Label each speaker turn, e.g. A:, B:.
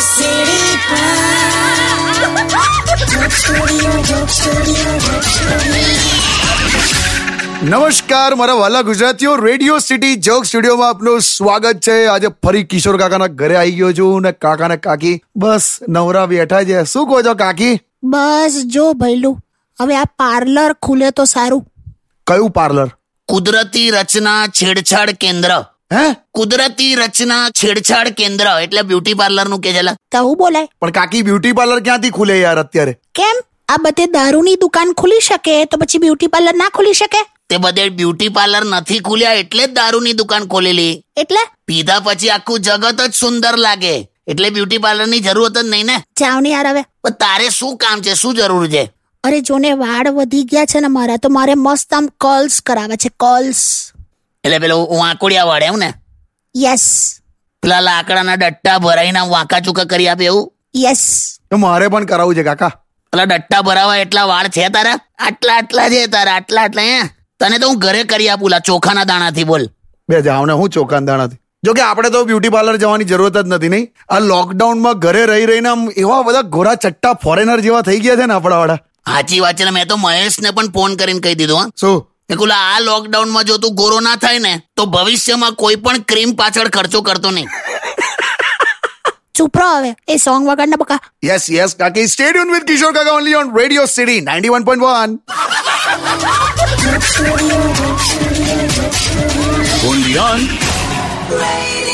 A: સીડી
B: નમસ્કાર મારા વાલા ગુજરાતીઓ રેડિયો સિટી જોક સ્ટુડિયોમાં આપનું સ્વાગત છે આજે ફરી કિશોર કાકાના ઘરે આવી ગયો છું ને કાકા ને કાકી બસ નવરા બેઠા છે શું કહો છો કાકી
C: બસ જો ભૈલું હવે આ પાર્લર ખુલે તો સારું
B: કયું પાર્લર
D: કુદરતી રચના છેડછાડ કેન્દ્ર
B: હે
D: કુદરતી રચના છેડછાડ કેન્દ્ર એટલે બ્યુટી પાર્લર નું કે છેલા
C: તવું બોલાય
B: પણ કાકી બ્યુટી પાર્લર ક્યાંથી ખુલે યાર અત્યારે
C: કેમ આ બધે દારૂની દુકાન ખુલી શકે તો પછી બ્યુટી પાર્લર ના ખુલી શકે
D: તે બધે બ્યુટી પાર્લર નથી ખુલ્યા એટલે જ દારૂની દુકાન ખોલેલી
C: એટલે
D: પીધા પછી આખું જગત જ સુંદર લાગે એટલે બ્યુટી પાર્લર ની જરૂરત જ નહીં ને
C: જાવની યાર હવે
D: પણ તારે શું કામ છે શું જરૂર છે
C: અરે જોને વાળ વધી ગયા છે ને મારા તો મારે મસ્ત આમ કર્લ્સ કરાવે છે કર્લ્સ
D: એટલે પેલું વાંકોડિયા વાળે એમ ને
C: યસ
D: પેલા લાકડાના ડટ્ટા ભરાઈને વાંકા ચૂકા કરી આપે એવું
C: યસ
B: તો મારે પણ કરાવવું છે કાકા
D: પેલા ડટ્ટા ભરાવા એટલા વાળ છે તારા આટલા આટલા છે તારા આટલા આટલા હે તને તો હું ઘરે કરી આપું લા ચોખાના દાણાથી બોલ
B: બે જાવ ને હું ચોખાનદાણાથી જો કે આપણે તો બ્યુટી પાર્લર જવાની જરૂરત જ નથી નહીં આ લોકડાઉનમાં ઘરે રહી રહીને આમ એવા બધા ગોરા ચટ્ટા ફોરેનર જેવા થઈ ગયા છે ને આપણા વાળા
D: સાચી વાત છે ને મેં તો મહેશને પણ ફોન કરીને કહી દીધો હા
B: શું
D: મેં કીધું, લા, આ લોકડાઉનમાં જો તું ગોરો ના થાય ને તો ભવિષ્યમાં કોઈ પણ ક્રીમ પાછળ ખર્ચો કરતો નહીં
C: ચૂપ રહો હવે એ સોંગ વગર ના બકા
B: યસ યસ કાકી સ્ટેડિયમ વિથ કિશોર કાકા only on radio city ninety one point one
A: Radio